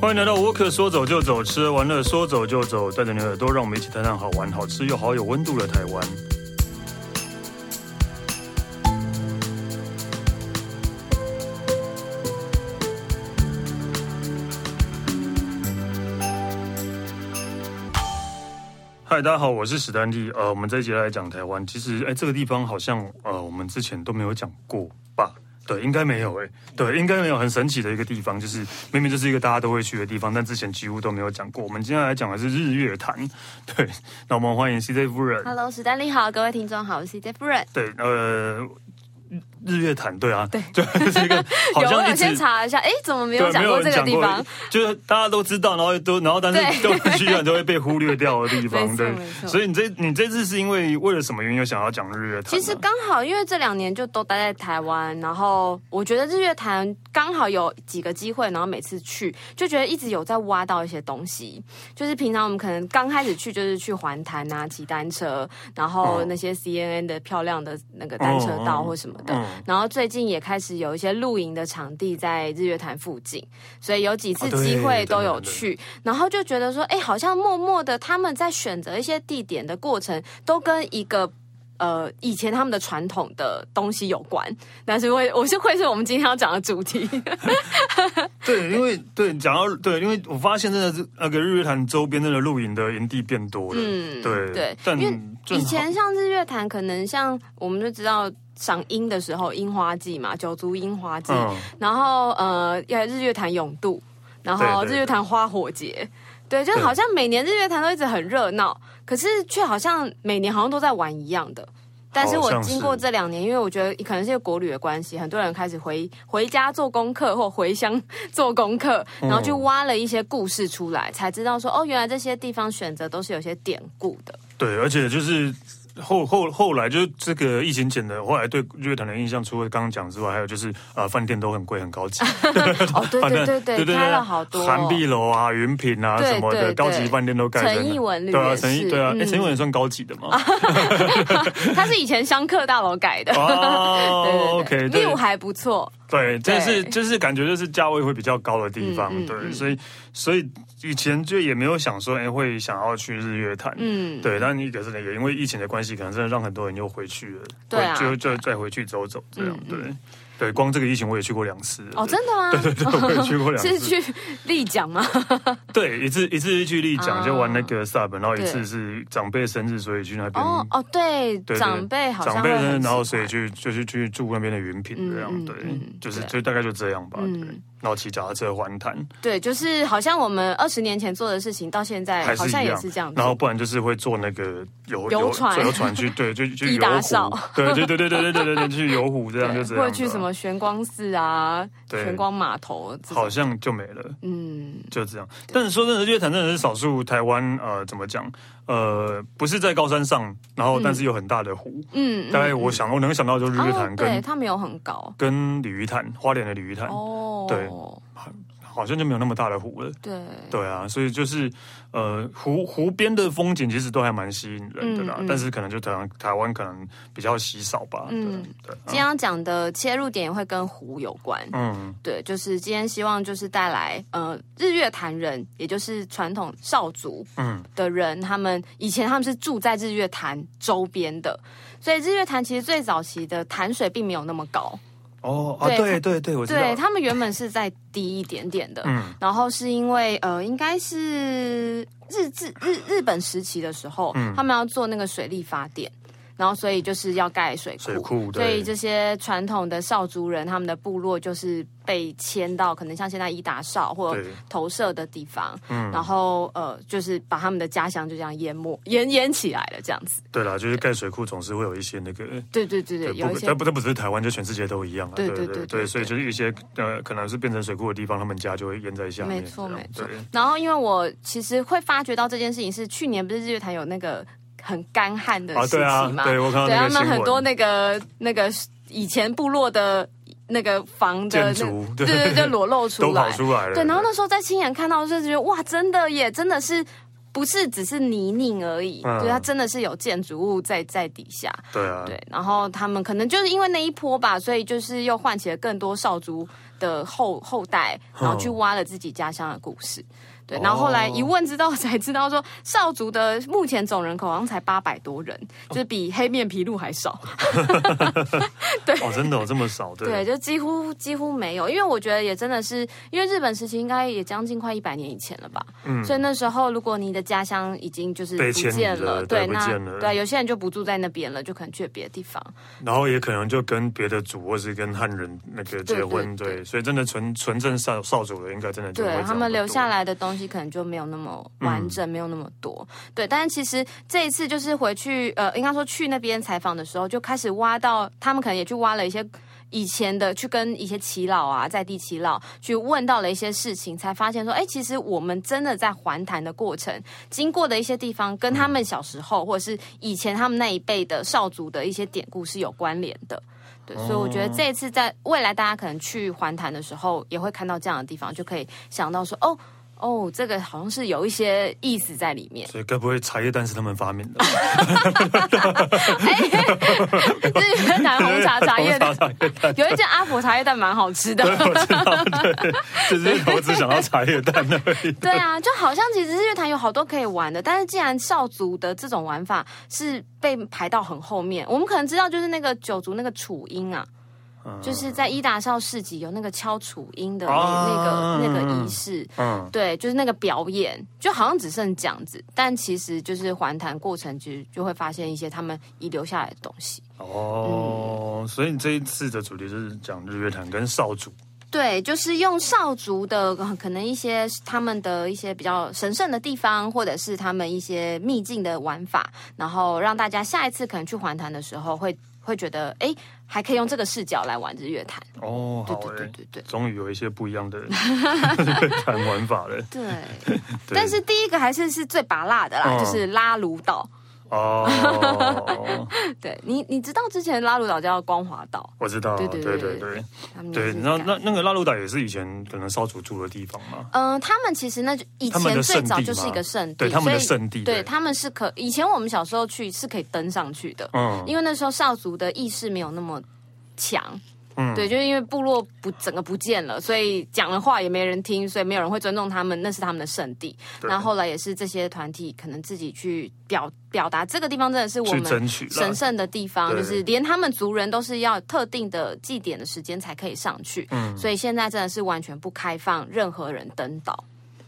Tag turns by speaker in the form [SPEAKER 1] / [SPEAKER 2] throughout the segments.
[SPEAKER 1] 欢迎来到沃克，说走就走，吃完了说走就走，带着你的耳朵，让我们一起探探好玩、好吃又好有温度的台湾。嗨，大家好，我是史丹利。呃，我们这一节来讲台湾。其实，哎，这个地方好像呃，我们之前都没有讲过吧？对，应该没有、哎，对，应该没有。很神奇的一个地方，就是明明这是一个大家都会去的地方，但之前几乎都没有讲过。我们今天来讲的是日月潭。对，那我们欢迎 CJ 夫人。
[SPEAKER 2] Hello，史丹利好，各位听众好，我是 j 夫人。
[SPEAKER 1] 对，呃，日月潭，对啊，
[SPEAKER 2] 对，
[SPEAKER 1] 对，这 个好
[SPEAKER 2] 有，我
[SPEAKER 1] 像一
[SPEAKER 2] 有
[SPEAKER 1] 直
[SPEAKER 2] 先查一下，诶，怎么没有
[SPEAKER 1] 对，
[SPEAKER 2] 讲
[SPEAKER 1] 没有
[SPEAKER 2] 过这
[SPEAKER 1] 人
[SPEAKER 2] 个
[SPEAKER 1] 讲
[SPEAKER 2] 地
[SPEAKER 1] 过
[SPEAKER 2] 方？，
[SPEAKER 1] 就是大家都知道，然后都然后但是
[SPEAKER 2] 对
[SPEAKER 1] 都很居然都会被忽略掉的地
[SPEAKER 2] 没
[SPEAKER 1] 方，
[SPEAKER 2] 错
[SPEAKER 1] 对
[SPEAKER 2] 没。错
[SPEAKER 1] 所以你这你这次是因为为了什么原因想要讲日月潭呢？
[SPEAKER 2] 其实刚好，因为这两年就都待在台湾，然后我觉得日月潭刚好有几个机会，然后每次去就觉得一直有在挖到一些东西。就是平常我们可能刚开始去就是去环潭啊、骑单车，然后
[SPEAKER 1] 嗯
[SPEAKER 2] 那些 CNN 的漂亮的那个单车道或什么的。
[SPEAKER 1] 嗯，
[SPEAKER 2] 然后最近也开始有一些露营的场地在日月潭附近，所以有几次
[SPEAKER 1] 哦对
[SPEAKER 2] 机会都有
[SPEAKER 1] 对对
[SPEAKER 2] 去，然后就觉得说，哎，好像默默的他们在选择一些地点的过程，都跟一个。呃，以前他们的传统的东西有关，但是会我是会是我们今天要讲的主 题，
[SPEAKER 1] 对，因为对讲到对，因为我发现真的是那个日月潭周边真的露营的营地变多了，
[SPEAKER 2] 嗯，
[SPEAKER 1] 对
[SPEAKER 2] 对，
[SPEAKER 1] 但
[SPEAKER 2] 因为
[SPEAKER 1] 正
[SPEAKER 2] 以
[SPEAKER 1] 好
[SPEAKER 2] 前像日月潭，可能像我们就知道赏樱的时候，樱花季嘛，九族樱花季，
[SPEAKER 1] 嗯，
[SPEAKER 2] 然后呃，要日月潭永渡，然后
[SPEAKER 1] 对对
[SPEAKER 2] 日月潭花火节，对，就好像每年日月潭都一直很热闹，可是却好像每年好像都在玩一样的。但是
[SPEAKER 1] 好
[SPEAKER 2] 我
[SPEAKER 1] 像
[SPEAKER 2] 经过
[SPEAKER 1] 是
[SPEAKER 2] 这两年，因为我觉得可能是国旅的关系，很多人开始回回家做功课或回乡做功课，
[SPEAKER 1] 嗯
[SPEAKER 2] 然后去挖了一些故事出来，才知道说哦，原来这些地方选择都是有些典故的。
[SPEAKER 1] 对，而且就是后后后来就是这个疫情前的，后来对日月潭的印象，除了刚刚讲之外，还有就是呃，饭店都很贵很高级，
[SPEAKER 2] 哦，对
[SPEAKER 1] 反正
[SPEAKER 2] 对对对，开了好多、哦
[SPEAKER 1] 韩 碧楼啊、云品啊
[SPEAKER 2] 对
[SPEAKER 1] 什么的，
[SPEAKER 2] 对对
[SPEAKER 1] 高级饭店都盖在那
[SPEAKER 2] 陈奕文旅
[SPEAKER 1] 对啊，
[SPEAKER 2] 也
[SPEAKER 1] 陈奕
[SPEAKER 2] 是
[SPEAKER 1] 对啊，
[SPEAKER 2] 嗯
[SPEAKER 1] 哎，陈奕文也算高级的 嘛。
[SPEAKER 2] 它是以前香客大楼改的。
[SPEAKER 1] 哦，OK，对
[SPEAKER 2] view 还不错，
[SPEAKER 1] 对，这是
[SPEAKER 2] 对
[SPEAKER 1] 就是感觉就是价位会比较高的地方
[SPEAKER 2] 嗯，嗯
[SPEAKER 1] 对，
[SPEAKER 2] 嗯
[SPEAKER 1] 所以所以以前就也没有想说，哎，会想要去日月潭，
[SPEAKER 2] 嗯，
[SPEAKER 1] 对，但你可是也因为疫情的关系，可能真的让很多人又回去了，
[SPEAKER 2] 对啊
[SPEAKER 1] 会就就再回去走走这样
[SPEAKER 2] 嗯，
[SPEAKER 1] 对对，光这个疫情我也去过两次
[SPEAKER 2] 哦，真的吗？
[SPEAKER 1] 对对对，我也去过两次
[SPEAKER 2] 是，去丽江吗？
[SPEAKER 1] 对，一次一次去丽江
[SPEAKER 2] 啊
[SPEAKER 1] 就玩那个 sub，然后一次
[SPEAKER 2] 对
[SPEAKER 1] 是长辈生日，所以去那边。
[SPEAKER 2] 哦哦，对，
[SPEAKER 1] 嗯对
[SPEAKER 2] 长辈好
[SPEAKER 1] 长
[SPEAKER 2] 像
[SPEAKER 1] 辈
[SPEAKER 2] 会
[SPEAKER 1] 生日，
[SPEAKER 2] 很
[SPEAKER 1] 然后
[SPEAKER 2] 喜
[SPEAKER 1] 所以
[SPEAKER 2] 欢
[SPEAKER 1] 去就是去住那边的云品这样，
[SPEAKER 2] 嗯嗯
[SPEAKER 1] 对
[SPEAKER 2] 嗯，
[SPEAKER 1] 就是
[SPEAKER 2] 对啊
[SPEAKER 1] 就大概就这样吧，对
[SPEAKER 2] 嗯。
[SPEAKER 1] 然后骑脚踏车环潭，
[SPEAKER 2] 对，就是好像我们二十年前做的事情，到现在
[SPEAKER 1] 还
[SPEAKER 2] 哎好
[SPEAKER 1] 是
[SPEAKER 2] 像
[SPEAKER 1] 一
[SPEAKER 2] 也
[SPEAKER 1] 样
[SPEAKER 2] 是这样子
[SPEAKER 1] 然。后不然就是会坐那个游
[SPEAKER 2] 游船
[SPEAKER 1] 坐游船去，对， 就去
[SPEAKER 2] 地
[SPEAKER 1] 游
[SPEAKER 2] 大
[SPEAKER 1] 湖
[SPEAKER 2] 哨，
[SPEAKER 1] 对对对对对对对对对，去游湖这样就
[SPEAKER 2] 对
[SPEAKER 1] 这
[SPEAKER 2] 或
[SPEAKER 1] 样。
[SPEAKER 2] 者去什？么玄光寺啊、
[SPEAKER 1] 对
[SPEAKER 2] 玄光码头这
[SPEAKER 1] 好
[SPEAKER 2] 种，
[SPEAKER 1] 像就没了。
[SPEAKER 2] 嗯，
[SPEAKER 1] 就这样。但是说真的，乐坛真的是少数台湾呃，怎么讲？呃，不是在高山上，然后但是有很大的湖。
[SPEAKER 2] 嗯嗯
[SPEAKER 1] 大概我想，我能想到就是日月
[SPEAKER 2] 哦
[SPEAKER 1] 潭跟、
[SPEAKER 2] 对，它没有很高
[SPEAKER 1] 跟鲤鱼潭，花莲的鲤鱼潭，
[SPEAKER 2] 哦，
[SPEAKER 1] 对好像就没有那么大的湖了。
[SPEAKER 2] 对
[SPEAKER 1] 对啊，所以就是呃，湖湖边的风景其实都还蛮吸引人的啦，
[SPEAKER 2] 嗯嗯
[SPEAKER 1] 但是可能就台湾台湾可能比较稀少吧。
[SPEAKER 2] 嗯
[SPEAKER 1] 对
[SPEAKER 2] 今
[SPEAKER 1] 对
[SPEAKER 2] 天
[SPEAKER 1] 啊，
[SPEAKER 2] 要讲的切入点也会跟湖有关，
[SPEAKER 1] 嗯，
[SPEAKER 2] 对，就是今天希望就是带来呃日月潭人，也就是传统少族，
[SPEAKER 1] 嗯
[SPEAKER 2] 嗯的人，他们以前他们是住在日月潭周边的，所以日月潭其实最早期的潭水并没有那么高，
[SPEAKER 1] 哦啊，
[SPEAKER 2] 对
[SPEAKER 1] 对对对，我知道
[SPEAKER 2] 对
[SPEAKER 1] 了。
[SPEAKER 2] 他们原本是在低一点点的，
[SPEAKER 1] 嗯
[SPEAKER 2] 然后是因为呃，应该是日治日日本时期的时候，
[SPEAKER 1] 嗯
[SPEAKER 2] 他们要做那个水力发电。然后，所以就是要盖水库，
[SPEAKER 1] 水库对
[SPEAKER 2] 所以这些传统的少族人，他们的部落就是被迁到可能像现在伊达邵或
[SPEAKER 1] 对
[SPEAKER 2] 投射的地方，
[SPEAKER 1] 嗯
[SPEAKER 2] 然后呃，就是把他们的家乡就这样淹没、淹淹起来了，这样子。
[SPEAKER 1] 对啦，就是盖水库总是会有一些那个
[SPEAKER 2] 对对对对，
[SPEAKER 1] 对，
[SPEAKER 2] 有一
[SPEAKER 1] 不，
[SPEAKER 2] 些
[SPEAKER 1] 但不，这不是台湾，就全世界都一样啊。
[SPEAKER 2] 对
[SPEAKER 1] 对
[SPEAKER 2] 对
[SPEAKER 1] 对
[SPEAKER 2] 对
[SPEAKER 1] 对，
[SPEAKER 2] 对
[SPEAKER 1] 所以就是一些呃，可能是变成水库的地方，他们家就会淹在下面。
[SPEAKER 2] 没错
[SPEAKER 1] 这样
[SPEAKER 2] 没错
[SPEAKER 1] 对
[SPEAKER 2] 然后，因为我其实会发觉到这件事情是去年不是日月潭有那个很干旱的
[SPEAKER 1] 啊，
[SPEAKER 2] 时期
[SPEAKER 1] 对啊
[SPEAKER 2] 嘛，，
[SPEAKER 1] 对我看到
[SPEAKER 2] 对
[SPEAKER 1] 那
[SPEAKER 2] 他
[SPEAKER 1] 个新
[SPEAKER 2] 们
[SPEAKER 1] 闻，
[SPEAKER 2] 很多那个那个以前部落的那个 房的
[SPEAKER 1] 建筑
[SPEAKER 2] 那对 对对，裸露出
[SPEAKER 1] 都跑
[SPEAKER 2] 来。
[SPEAKER 1] 出来了。
[SPEAKER 2] 对，然后那时候在亲眼看到，就是觉得哇，真的耶，真的是不是只是泥泞而已，
[SPEAKER 1] 嗯
[SPEAKER 2] 对，它真的是有建筑物在在底下。
[SPEAKER 1] 对啊，
[SPEAKER 2] 对，然后他们可能就是因为那一波吧，所以就是又唤起了更多少族的后后代，然后去挖了自己家乡的故事。对，然后后来
[SPEAKER 1] 哦
[SPEAKER 2] 一问之道才知道说，少族的目前总人口好像才八百多人，就是比黑面琵鹭还少。
[SPEAKER 1] 哦，真的有这么少？对，
[SPEAKER 2] 对，就几乎几乎没有，因为我觉得也真的是，因为日本时期应该也将近快一百年以前了吧，所以那时候如果你的家乡已经就是
[SPEAKER 1] 嗯被
[SPEAKER 2] 不
[SPEAKER 1] 迁移
[SPEAKER 2] 见了，
[SPEAKER 1] 了
[SPEAKER 2] 对，
[SPEAKER 1] 对不
[SPEAKER 2] 那
[SPEAKER 1] 见了
[SPEAKER 2] 对，有些人就不住在那边了，就可能去了别的地方，
[SPEAKER 1] 然后也可能就跟别的族或是跟汉人那个结婚，
[SPEAKER 2] 对
[SPEAKER 1] 对，
[SPEAKER 2] 对
[SPEAKER 1] 所以真的纯纯正少少主的应该真的就会
[SPEAKER 2] 对
[SPEAKER 1] 这样
[SPEAKER 2] 他们留下
[SPEAKER 1] 很多。。
[SPEAKER 2] 来的东西可能就没有那么完整，没有那么多。对，但是其实这一次就是回去，呃，应该说去那边采访的时候，就开始挖到他们可能也去挖了一些。以前的去跟一些耆老啊，在地耆老去问到了一些事情，才发现说，哎、其实我们真的在环谈的过程，经过的一些地方，跟他们小时候、或者是以前他们那一辈的少族的一些典故是有关联的。对，所以我觉得这一次在未来大家可能去环谈的时候，也会看到这样的地方，就可以想到说，哦哦，这个好像是有一些意思在里面
[SPEAKER 1] 所以该不会茶叶蛋是他们发明的？
[SPEAKER 2] 日月潭红茶茶 叶蛋，有一间阿婆茶叶蛋蛮好 吃的。
[SPEAKER 1] 就是我只想到茶叶蛋而 已。
[SPEAKER 2] 对啊，就好像其实日月潭有好多可以玩的，但是既然少族的这种玩法是被排到很后面，我们可能知道就是那个九族那个楚音啊，就是在伊达少市集有那个敲楚音的那、
[SPEAKER 1] 啊
[SPEAKER 2] 那个那个仪式，
[SPEAKER 1] 嗯，
[SPEAKER 2] 对，就是那个表演，就好像只剩这样子，但其实就是环谈过程，其实就会发现一些他们遗留下来的东西。
[SPEAKER 1] 哦，所以这一次的主题就是讲日月潭跟少主。
[SPEAKER 2] 对，就是用少族的呃可能一些他们的一些比较神圣的地方，或者是他们一些秘境的玩法，然后让大家下一次可能去环潭的时候会会觉得，哎，还可以用这个视角来玩日月潭。
[SPEAKER 1] 哦，
[SPEAKER 2] 对
[SPEAKER 1] 好
[SPEAKER 2] 对对
[SPEAKER 1] 诶，
[SPEAKER 2] 对 对。
[SPEAKER 1] 终于有一些不一样 的 日月潭玩法了。
[SPEAKER 2] 对，
[SPEAKER 1] 对
[SPEAKER 2] 但是第一个还是是最拔辣的啦，
[SPEAKER 1] 嗯
[SPEAKER 2] 就是拉鲁岛。
[SPEAKER 1] 哦，
[SPEAKER 2] 对你，你知道之前拉鲁岛叫光华岛，
[SPEAKER 1] 我知道，
[SPEAKER 2] 对
[SPEAKER 1] 对
[SPEAKER 2] 对
[SPEAKER 1] 对
[SPEAKER 2] 对
[SPEAKER 1] 对
[SPEAKER 2] 对
[SPEAKER 1] 对
[SPEAKER 2] 他们
[SPEAKER 1] 对，
[SPEAKER 2] 就是
[SPEAKER 1] 那
[SPEAKER 2] 改
[SPEAKER 1] 那那个拉鲁岛也是以前可能少主住的地方嘛。
[SPEAKER 2] 嗯、他们其实那就以
[SPEAKER 1] 他们
[SPEAKER 2] 前
[SPEAKER 1] 的
[SPEAKER 2] 最
[SPEAKER 1] 圣
[SPEAKER 2] 早
[SPEAKER 1] 地
[SPEAKER 2] 就是一
[SPEAKER 1] 吗
[SPEAKER 2] 个圣地，
[SPEAKER 1] 对他们的
[SPEAKER 2] 所以
[SPEAKER 1] 圣地
[SPEAKER 2] 对
[SPEAKER 1] 对
[SPEAKER 2] 他们是可以前我们小时候去是可以登上去的，
[SPEAKER 1] 嗯，
[SPEAKER 2] 因为那时候少族的意识没有那么强，
[SPEAKER 1] 嗯
[SPEAKER 2] 对，就是因为部落不整个不见了，所以讲的话也没人听，所以没有人会尊重他们，那是他们的圣地。
[SPEAKER 1] 对
[SPEAKER 2] 然后后来也是这些团体可能自己去表表达这个地方真的是我
[SPEAKER 1] 去
[SPEAKER 2] 们
[SPEAKER 1] 争取啦
[SPEAKER 2] 神圣的地方，
[SPEAKER 1] 对
[SPEAKER 2] 就是连他们族人都是要特定的祭典的时间才可以上去，
[SPEAKER 1] 嗯
[SPEAKER 2] 所以现在真的是完全不开放任何人登岛。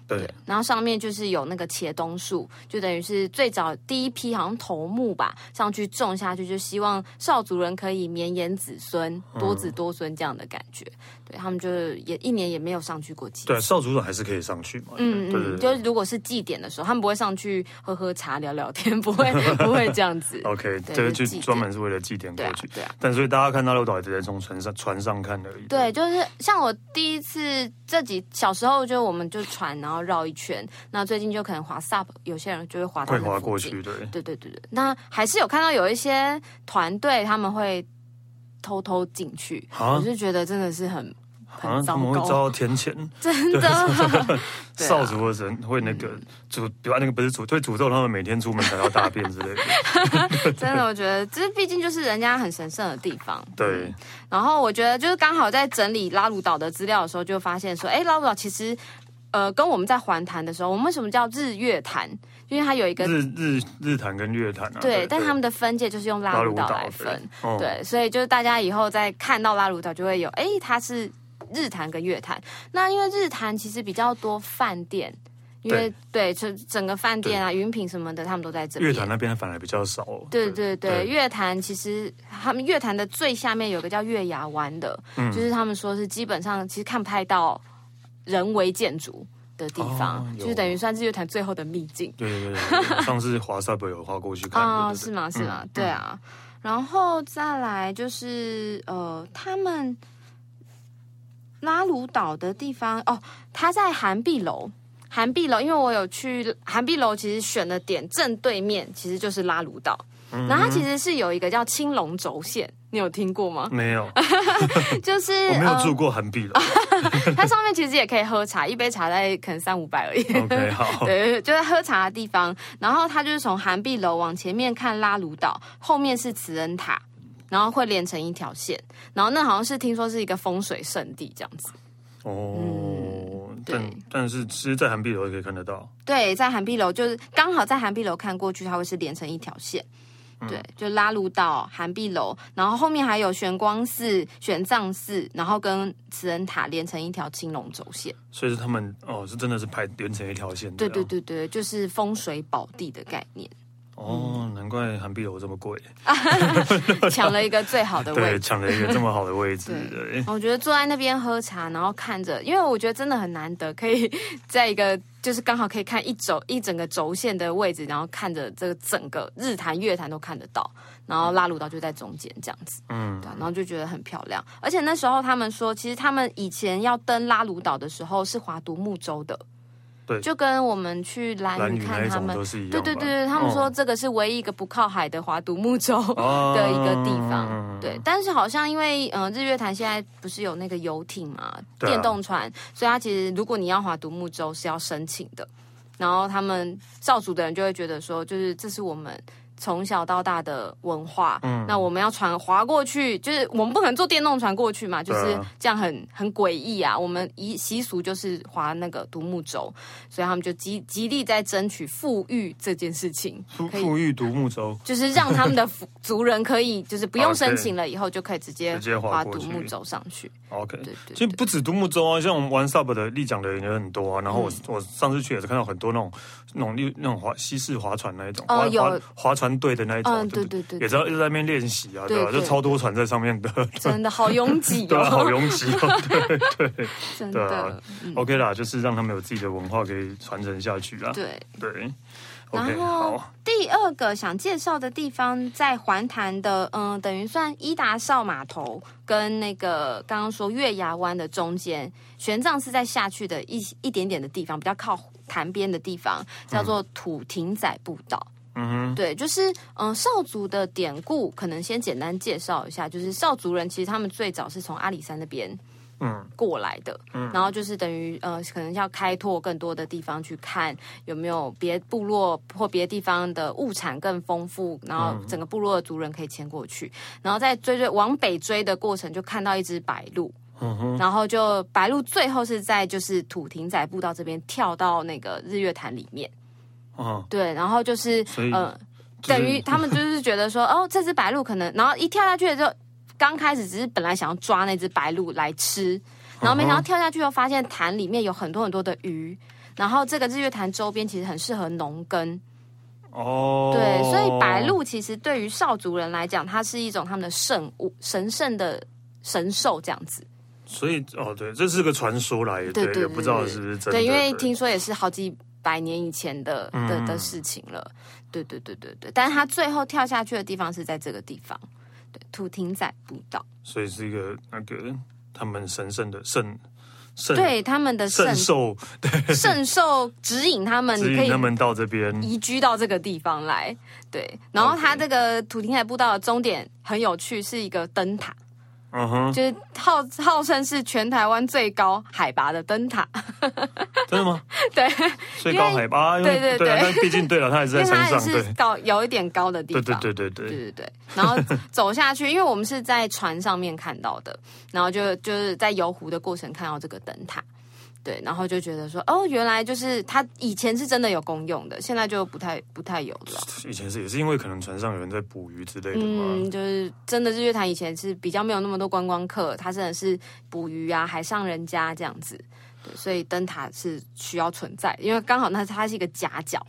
[SPEAKER 1] 对，
[SPEAKER 2] 然后上面就是有那个茄冬树，就等于是最早第一批好像头目吧，上去种下去，就希望少族人可以绵延子孙、
[SPEAKER 1] 嗯
[SPEAKER 2] 多子多孙这样的感觉。对他们就是也一年也没有上去过几次。
[SPEAKER 1] 对，啊少主岛还是可以上去嘛。
[SPEAKER 2] 嗯
[SPEAKER 1] 对对
[SPEAKER 2] 嗯，
[SPEAKER 1] 对
[SPEAKER 2] 就是如果是祭典的时候，他们不会上去喝喝茶、聊聊天，不会不会这 样子。
[SPEAKER 1] OK，
[SPEAKER 2] 对
[SPEAKER 1] 这个
[SPEAKER 2] 就
[SPEAKER 1] 就是
[SPEAKER 2] 祭典
[SPEAKER 1] 专门是为了祭典
[SPEAKER 2] 对
[SPEAKER 1] 过
[SPEAKER 2] 啊
[SPEAKER 1] 去，。
[SPEAKER 2] 对啊。
[SPEAKER 1] 但所以大家看到六岛也只能从船上船上看而已。
[SPEAKER 2] 对，，就是像我第一次这几小时候，就我们就船，然后绕一圈。那最近就可能滑 SUP，有些人就会滑到
[SPEAKER 1] 会
[SPEAKER 2] 那
[SPEAKER 1] 划
[SPEAKER 2] 附
[SPEAKER 1] 过
[SPEAKER 2] 近
[SPEAKER 1] 去，对。
[SPEAKER 2] 对对对对，那还是有看到有一些团队他们会偷偷进去，
[SPEAKER 1] 啊
[SPEAKER 2] 我就觉得真的是很
[SPEAKER 1] 啊
[SPEAKER 2] 很，
[SPEAKER 1] 怎
[SPEAKER 2] 糟
[SPEAKER 1] 么会遭
[SPEAKER 2] 糕，
[SPEAKER 1] 到天谴？
[SPEAKER 2] 真的。 对啊嗯
[SPEAKER 1] 少主或者会那个诅，比如那个不是诅，会诅咒他们每天出门踩到大便之 类的。
[SPEAKER 2] 真的，我觉得这毕竟就是人家很神圣的地方。嗯
[SPEAKER 1] 对，
[SPEAKER 2] 然后我觉得就是刚好在整理拉鲁岛的资料的时候，就发现说，哎，拉鲁岛其实。呃，跟我们在环潭的时候，我们为什么叫日月潭？因为它有一个
[SPEAKER 1] 日日日坛跟月坛啊。
[SPEAKER 2] 对，但他们的分界就是用拉鲁岛来分。，
[SPEAKER 1] 哦，
[SPEAKER 2] 对，所以就是大家以后在看到拉鲁岛就会有，哎，它是日坛跟月坛。那因为日坛其实比较多饭店，因为对，就整个饭店啊、云品什么的，他们都在这
[SPEAKER 1] 乐
[SPEAKER 2] 边。
[SPEAKER 1] 坛那边反而比较少。
[SPEAKER 2] 对对对，乐坛其实他们乐坛的最下面有个叫月牙湾的，
[SPEAKER 1] 嗯
[SPEAKER 2] 就是他们说是基本上其实看不太到人为建筑的地方，
[SPEAKER 1] 哦有
[SPEAKER 2] 就是等于算是乐坛最后的秘境。
[SPEAKER 1] 对对对对， 上次华沙北有划过去看
[SPEAKER 2] 啊、
[SPEAKER 1] 的，
[SPEAKER 2] 是吗？是
[SPEAKER 1] 嗯
[SPEAKER 2] 吗？对啊，然后再来就是呃，他们拉鲁岛的地方哦，他在寒碧楼。寒碧楼，因为我有去寒碧楼，其实选的点正对面其实就是拉鲁岛，
[SPEAKER 1] 嗯
[SPEAKER 2] 然后它其实是有一个叫青龙轴线，你有听过吗？
[SPEAKER 1] 没有，
[SPEAKER 2] 就是
[SPEAKER 1] 嗯我没有
[SPEAKER 2] 呃
[SPEAKER 1] 住过寒碧楼。
[SPEAKER 2] 它上面其实也可以喝茶，一杯茶在可能三五百而已。
[SPEAKER 1] OK，好，
[SPEAKER 2] 对，就在喝茶的地方，然后它就是从寒碧楼往前面看拉鲁岛，后面是慈恩塔，然后会连成一条线，然后那好像是听说是一个风水圣地这样子。
[SPEAKER 1] 哦，但
[SPEAKER 2] 嗯对
[SPEAKER 1] 但是其实，在韩碧楼也可以看得到。
[SPEAKER 2] 对，在韩碧楼就是刚好在韩碧楼看过去，它会是连成一条线。对，就拉鲁岛、韩碧楼，然后后面还有玄光寺、玄奘寺，然后跟慈恩塔连成一条青龙轴线。
[SPEAKER 1] 所以是他们哦，是真的是排连成一条线的
[SPEAKER 2] 对
[SPEAKER 1] 啊。
[SPEAKER 2] 对对对，就是风水宝地的概念，
[SPEAKER 1] 哦，难怪韩碧楼这么贵，
[SPEAKER 2] 抢了一个最好的位
[SPEAKER 1] 对，
[SPEAKER 2] 置。，
[SPEAKER 1] 抢了一个这么好的位置 对，
[SPEAKER 2] 哦我觉得坐在那边喝茶，然后看着，因为我觉得真的很难得，可以 在一个就是刚好可以看一轴一整个轴线的位置，然后看着这个整个日坛、月坛都看得到，然后拉鲁岛就在中间这样子，
[SPEAKER 1] 嗯
[SPEAKER 2] 对啊、然后就觉得很漂亮。而且那时候他们说，其实他们以前要登拉鲁岛的时候是划独木舟的，
[SPEAKER 1] 对
[SPEAKER 2] 就跟我们去兰
[SPEAKER 1] 蓝
[SPEAKER 2] 屿
[SPEAKER 1] 屿那
[SPEAKER 2] 看
[SPEAKER 1] 一
[SPEAKER 2] 他
[SPEAKER 1] 种
[SPEAKER 2] 们
[SPEAKER 1] 都是一样吧。嗯
[SPEAKER 2] 对对对对，他们说这个是唯一一个不靠海的划独木舟
[SPEAKER 1] 哦
[SPEAKER 2] 的一个地方。
[SPEAKER 1] 嗯
[SPEAKER 2] 对，但是好像因为嗯、呃日月潭现在不是有那个游艇嘛，
[SPEAKER 1] 对啊
[SPEAKER 2] 电动船，所以它其实如果你要划独木舟是要申请的。然后他们造主的人就会觉得说，就是这是我们从小到大的文化，
[SPEAKER 1] 嗯
[SPEAKER 2] 那我们要船划过去，就是我们不可能坐电动船过去嘛，就
[SPEAKER 1] 对
[SPEAKER 2] 是
[SPEAKER 1] 啊
[SPEAKER 2] 这样很很诡异啊。我们习习俗就是划那个独木舟，所以他们就极极力在争取富裕这件事情，
[SPEAKER 1] 富
[SPEAKER 2] 可以
[SPEAKER 1] 富裕独木舟，
[SPEAKER 2] 就是让他们的族族人可以，就是不用
[SPEAKER 1] OK
[SPEAKER 2] 申请了，以后就可以直接
[SPEAKER 1] 直接划
[SPEAKER 2] 划
[SPEAKER 1] 过
[SPEAKER 2] 独
[SPEAKER 1] 去
[SPEAKER 2] 木舟上去。
[SPEAKER 1] OK，
[SPEAKER 2] 对对
[SPEAKER 1] 其实
[SPEAKER 2] 对
[SPEAKER 1] 不止独木舟啊，像我们玩 SUP 的立桨的人也很多啊。
[SPEAKER 2] 嗯
[SPEAKER 1] 然后我、我上次去也是看到很多那种那种立那种划西式划船那一种，
[SPEAKER 2] 哦
[SPEAKER 1] 划
[SPEAKER 2] 有
[SPEAKER 1] 划划船队的那一种，啊
[SPEAKER 2] 嗯
[SPEAKER 1] 就
[SPEAKER 2] 对对对
[SPEAKER 1] 也知道一直在那边练习啊，
[SPEAKER 2] 对
[SPEAKER 1] 对吧？
[SPEAKER 2] 对
[SPEAKER 1] 就超多船在上面的，
[SPEAKER 2] 真的好拥挤
[SPEAKER 1] 对啊，好
[SPEAKER 2] 哦，
[SPEAKER 1] 拥挤 哦，对对
[SPEAKER 2] 真
[SPEAKER 1] 对啊
[SPEAKER 2] 的，嗯，
[SPEAKER 1] ，OK 啦，就是让他们有自己的文化可以传承下去啦。
[SPEAKER 2] 对。
[SPEAKER 1] 对，OK，
[SPEAKER 2] 然后
[SPEAKER 1] 好，
[SPEAKER 2] 第二个想介绍的地方在环潭的，嗯、等于算伊达邵码头跟那个刚刚说月牙湾的中间，玄奘是在下去的一一点点的地方，比较靠潭边的地方，叫做土亭仔步道。
[SPEAKER 1] 嗯
[SPEAKER 2] 对，就是嗯、呃少族的典故，可能先简单介绍一下。就是少族人其实他们最早是从阿里山那边
[SPEAKER 1] 哼，嗯，
[SPEAKER 2] 过来的，然后就是等于呃，可能要开拓更多的地方去看有没有别部落或别地方的物产更丰富，然后
[SPEAKER 1] 嗯
[SPEAKER 2] 整个部落的族人可以迁过去，然后在追追往北追的过程就看到一只白鹭，
[SPEAKER 1] 嗯
[SPEAKER 2] 然后就白鹭最后是在就是土亭仔步道这边跳到那个日月潭里面，
[SPEAKER 1] 啊，
[SPEAKER 2] 对，然后就是
[SPEAKER 1] 所以
[SPEAKER 2] 呃。
[SPEAKER 1] 就是
[SPEAKER 2] 等于他们就是觉得说，哦，这只白鹭可能，然后一跳下去之后，刚开始只是本来想要抓那只白鹭来吃，然后没
[SPEAKER 1] 嗯
[SPEAKER 2] 想到跳下去后发现潭里面有很多很多的鱼，然后这个日月潭周边其实很适合农耕，
[SPEAKER 1] 哦，
[SPEAKER 2] 对，所以白鹭其实对于少族人来讲，它是一种他们的圣物、神圣的神兽这样子。
[SPEAKER 1] 所以哦，对，这是个传说来，也
[SPEAKER 2] 对对
[SPEAKER 1] 也
[SPEAKER 2] 对
[SPEAKER 1] 不知道是不是真的。
[SPEAKER 2] 对，因为听说也是好几百年以前的的的
[SPEAKER 1] 嗯
[SPEAKER 2] 事情了。对对对对对，但是他最后跳下去的地方是在这个地方，对，土亭仔步道，
[SPEAKER 1] 所以是一个那个他们神圣的圣圣
[SPEAKER 2] 对他们的圣
[SPEAKER 1] 圣兽
[SPEAKER 2] 圣兽指引他们，
[SPEAKER 1] 指
[SPEAKER 2] 你可
[SPEAKER 1] 引
[SPEAKER 2] 以
[SPEAKER 1] 他们到这边。
[SPEAKER 2] 移居到这个地方来。对，然后它这个土亭海步道的终点很有趣，是一个灯塔，
[SPEAKER 1] 嗯哼，
[SPEAKER 2] 就是号号称是全台湾最高海拔的灯塔。
[SPEAKER 1] 真的吗？
[SPEAKER 2] 对，
[SPEAKER 1] 所以高海拔，因
[SPEAKER 2] 为
[SPEAKER 1] 为
[SPEAKER 2] 对对
[SPEAKER 1] 啊，
[SPEAKER 2] 对
[SPEAKER 1] 但毕竟对了，他还是
[SPEAKER 2] 因
[SPEAKER 1] 在
[SPEAKER 2] 为
[SPEAKER 1] 山
[SPEAKER 2] 它也
[SPEAKER 1] 上，
[SPEAKER 2] 是
[SPEAKER 1] 对
[SPEAKER 2] 高有一点高的地
[SPEAKER 1] 对
[SPEAKER 2] 方。
[SPEAKER 1] 对对对对
[SPEAKER 2] 对。对对，然后走下去，因为我们是在船上面看到的，然后就就是在游湖的过程看到这个灯塔，对，然后就觉得说，哦，原来就是它以前是真的有公用的，现在就不太不太有了。
[SPEAKER 1] 以前是也是因为可能船上有人在捕鱼之类的嘛
[SPEAKER 2] 嗯，，就是真的日月潭以前是比较没有那么多观光客，它真的是捕鱼啊、海上人家这样子，对，所以灯塔是需要存在，因为刚好那它是一个夹角、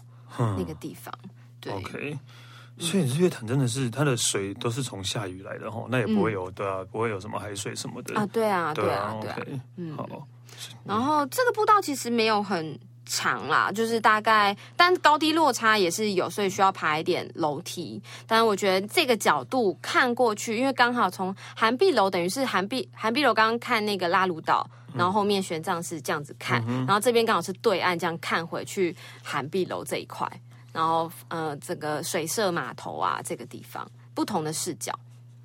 [SPEAKER 2] 那个地方，对
[SPEAKER 1] 嗯
[SPEAKER 2] 嗯
[SPEAKER 1] OK，所以日月潭真的是它的水都是从下雨来的哈，那也不会有对啊，不会有什么海水什么的
[SPEAKER 2] 嗯啊，对啊，对啊，对啊。
[SPEAKER 1] ，OK，好，
[SPEAKER 2] 然后这个步道其实没有很长啦，就是大概，但高低落差也是有，所以需要爬一点楼梯。但是我觉得这个角度看过去，因为刚好从韩碧楼，等于是韩碧韩碧楼刚刚看那个拉鲁岛。然后后面玄奘是这样子看，然后这边刚好是对岸，这样看回去韩碧楼这一块，然后呃，整个水社码头啊这个地方，不同的视角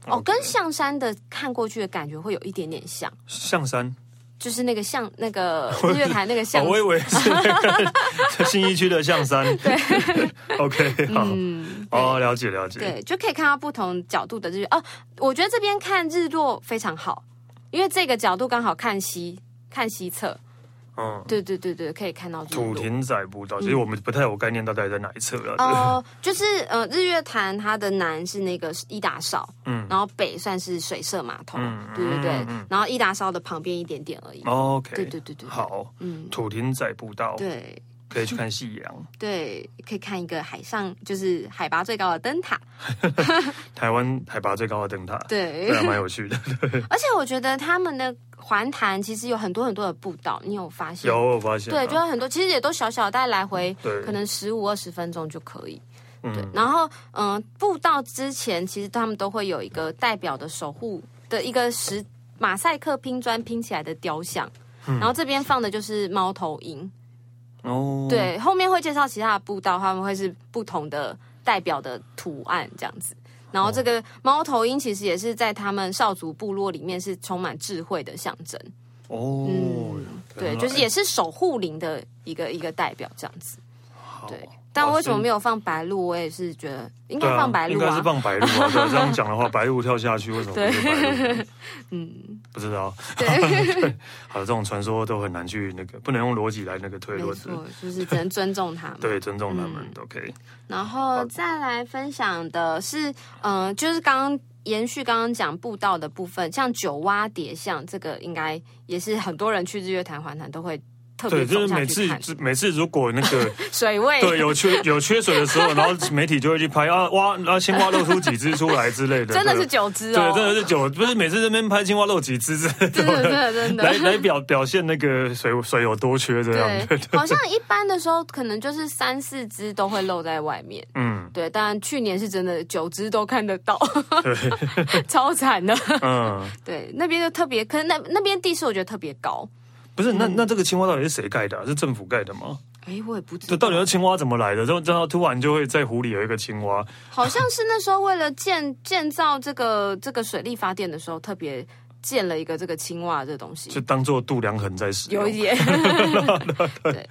[SPEAKER 2] 哦，
[SPEAKER 1] OK
[SPEAKER 2] 跟象山的看过去的感觉会有一点点像。
[SPEAKER 1] 象山
[SPEAKER 2] 就是那个象那 个日月潭那个象
[SPEAKER 1] 哦，，我以为是那 个在新一区的象山。对 ，OK，好，
[SPEAKER 2] 嗯，
[SPEAKER 1] 哦，了解了解。
[SPEAKER 2] 对，就可以看到不同角度的日月。哦，我觉得这边看日落非常好，因为这个角度刚好看西看西侧，
[SPEAKER 1] 嗯，
[SPEAKER 2] 对对对对，可以看到日
[SPEAKER 1] 土
[SPEAKER 2] 落。
[SPEAKER 1] 田仔步道，
[SPEAKER 2] 嗯
[SPEAKER 1] 其实我们不太有概念到底在哪一侧了。对
[SPEAKER 2] 哦、就是呃，日月潭它的南是那个伊达邵，
[SPEAKER 1] 嗯
[SPEAKER 2] 嗯，然后北算是水社码头，
[SPEAKER 1] 嗯
[SPEAKER 2] 对对对，
[SPEAKER 1] 嗯嗯哦
[SPEAKER 2] 然后伊达邵的旁边一点点而已，
[SPEAKER 1] OK，
[SPEAKER 2] 哦对对对对，，
[SPEAKER 1] 好，
[SPEAKER 2] 嗯，
[SPEAKER 1] 土田仔步道
[SPEAKER 2] 对
[SPEAKER 1] 可以去看夕阳。
[SPEAKER 2] 对，可以看一个海上就是海拔最高的灯塔，
[SPEAKER 1] 台湾海拔最高的灯塔，
[SPEAKER 2] 对
[SPEAKER 1] 对，，啊还蛮有趣的。
[SPEAKER 2] 而且我觉得他们的环潭其实有很多很多的步道，你有发现？
[SPEAKER 1] 有，我有发现啊，
[SPEAKER 2] 对，就有很多，其实也都小小，大概来回
[SPEAKER 1] 对
[SPEAKER 2] 可能十五二十分钟就可以。对
[SPEAKER 1] 嗯，
[SPEAKER 2] 然后嗯、呃步道之前其实他们都会有一个代表的守护的一个石马赛克拼砖拼起来的雕像，
[SPEAKER 1] 嗯
[SPEAKER 2] 然后这边放的就是猫头鹰。
[SPEAKER 1] 哦，，
[SPEAKER 2] 对，后面会介绍其他的步道，他们会是不同的代表的图案这样子。然后这
[SPEAKER 1] 哦
[SPEAKER 2] 个猫头鹰其实也是在他们少族部落里面是充满智慧的象征，
[SPEAKER 1] 哦，
[SPEAKER 2] 嗯对，
[SPEAKER 1] 原来
[SPEAKER 2] 就是也是守护灵的一个一个代表这样子。
[SPEAKER 1] 好
[SPEAKER 2] 对，但为什么
[SPEAKER 1] 所以
[SPEAKER 2] 没有放白鹿？我也是觉得应该
[SPEAKER 1] 对啊
[SPEAKER 2] 放白
[SPEAKER 1] 应
[SPEAKER 2] 鹿
[SPEAKER 1] 该
[SPEAKER 2] 啊
[SPEAKER 1] 是。放白鹿啊。对，这样讲的话，白鹿跳下去，为什么不是 白 鹿？嗯，不知道。 对，好，这种传说都很难去那个，不能用逻辑来那个推
[SPEAKER 2] 没
[SPEAKER 1] 论的。
[SPEAKER 2] 错，嗯就是只能尊重他们。
[SPEAKER 1] 对，尊重他们。OK，
[SPEAKER 2] 然后再来分享的是，嗯、就是刚刚延续刚刚讲步道的部分，像九蛙叠像这个，应该也是很多人去日月潭、环潭都会特别
[SPEAKER 1] 对，就
[SPEAKER 2] 走
[SPEAKER 1] 是
[SPEAKER 2] 下
[SPEAKER 1] 每
[SPEAKER 2] 去
[SPEAKER 1] 次
[SPEAKER 2] 看
[SPEAKER 1] 只每次如果那 个
[SPEAKER 2] 水位。
[SPEAKER 1] 对有缺有缺水的时 候，然后媒体就会去拍啊挖，然后青蛙露出几只出来之类的，
[SPEAKER 2] 真的是
[SPEAKER 1] 对
[SPEAKER 2] 九只哦
[SPEAKER 1] 对，，真的是九，不是每次这边拍青蛙露几只之类
[SPEAKER 2] 真的真
[SPEAKER 1] 的，
[SPEAKER 2] 的真
[SPEAKER 1] 来
[SPEAKER 2] 的。
[SPEAKER 1] 来表表现那个水水有多缺这样。
[SPEAKER 2] 对，好像一般的时候可能就是三四只都会露在外面，
[SPEAKER 1] 嗯
[SPEAKER 2] 对，但去年是真的九只都看得到， 超惨的。
[SPEAKER 1] 嗯，
[SPEAKER 2] 对，那边就特别，可能那那边地势我觉得特别高，
[SPEAKER 1] 不是，那
[SPEAKER 2] 嗯
[SPEAKER 1] 那这个青蛙到底是谁盖的啊、是政府盖的吗？
[SPEAKER 2] 哎，我也不知道
[SPEAKER 1] 这到底是青蛙怎么来的？然后然后突然就会在湖里有一个青蛙，
[SPEAKER 2] 好像是那时候为了建建造这个这个水力发电的时候，特别建了一个这个青蛙这东西
[SPEAKER 1] 就，当做度量衡在使用。
[SPEAKER 2] 有一点。 对，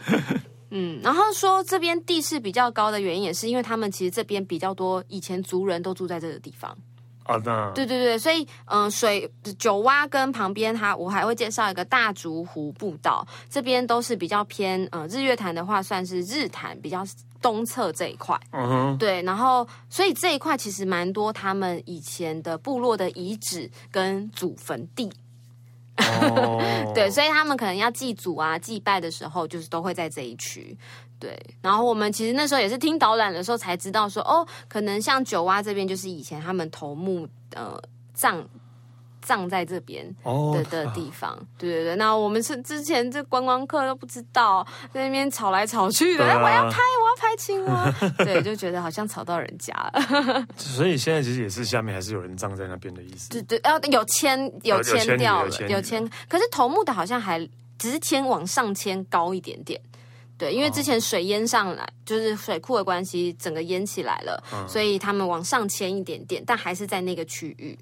[SPEAKER 2] 嗯，然后说这边地势比较高的原因，也是因为他们其实这边比较多以前族人都住在这个地方。
[SPEAKER 1] 啊，那
[SPEAKER 2] 对对对，所以嗯、呃水九蛙跟旁边它，我还会介绍一个大竹湖步道，这边都是比较偏呃日月潭的话，算是日潭比较东侧这一块。
[SPEAKER 1] 嗯哼，
[SPEAKER 2] 对，然后所以这一块其实蛮多他们以前的部落的遗址跟祖坟地，，
[SPEAKER 1] 哦
[SPEAKER 2] 对，所以他们可能要祭祖啊、祭拜的时候，就是都会在这一区。对，然后我们其实那时候也是听导览的时候才知道说，哦，可能像九蛙这边就是以前他们头目呃葬葬在这边。
[SPEAKER 1] 哦
[SPEAKER 2] 的，的地方，对对对，那我们是之前这观光客都不知道，在那边吵来吵去的，
[SPEAKER 1] 对
[SPEAKER 2] 哎、
[SPEAKER 1] 啊
[SPEAKER 2] 我要拍，我要拍青蛙， 对，就觉得好像吵到人家了。
[SPEAKER 1] 所以现在其实也是下面还是有人葬在那边的意思。
[SPEAKER 2] 对对，呃，有签有
[SPEAKER 1] 有
[SPEAKER 2] 签
[SPEAKER 1] 签
[SPEAKER 2] 掉
[SPEAKER 1] 有
[SPEAKER 2] 了，
[SPEAKER 1] 签
[SPEAKER 2] 有签，可是头目的好像还只是签往上签高一点点。对，因为之前水淹上来，就是水库的关系，整个淹起来了，所以他们往上迁一点点，但还是在那个区域。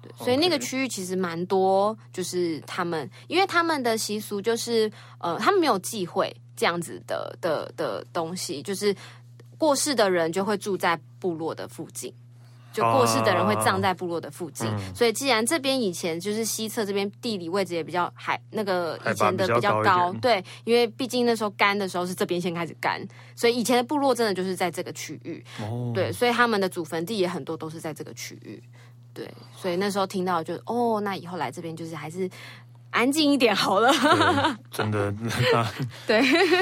[SPEAKER 2] 对，所以那个
[SPEAKER 1] OK
[SPEAKER 2] 区域其实蛮多，就是他们，因为他们的习俗就是，呃，他们没有忌讳这样子的的的东西，就是过世的人就会住在部落的附近，就过世的人会葬在部落的附近。
[SPEAKER 1] 嗯
[SPEAKER 2] 所以既然这边以前就是西侧这边地理位置也比较海那个以前的
[SPEAKER 1] 海拔比较
[SPEAKER 2] 较
[SPEAKER 1] 高一
[SPEAKER 2] 高，
[SPEAKER 1] 点
[SPEAKER 2] 对，因为毕竟那时候干的时候是这边先开始干，所以以前的部落真的就是在这个区域，
[SPEAKER 1] 哦，
[SPEAKER 2] 对，所以他们的祖坟地也很多都是在这个区域。对，所以那时候听到就哦，那以后来这边就是还是安静一点好了。
[SPEAKER 1] 对，真的，
[SPEAKER 2] 对，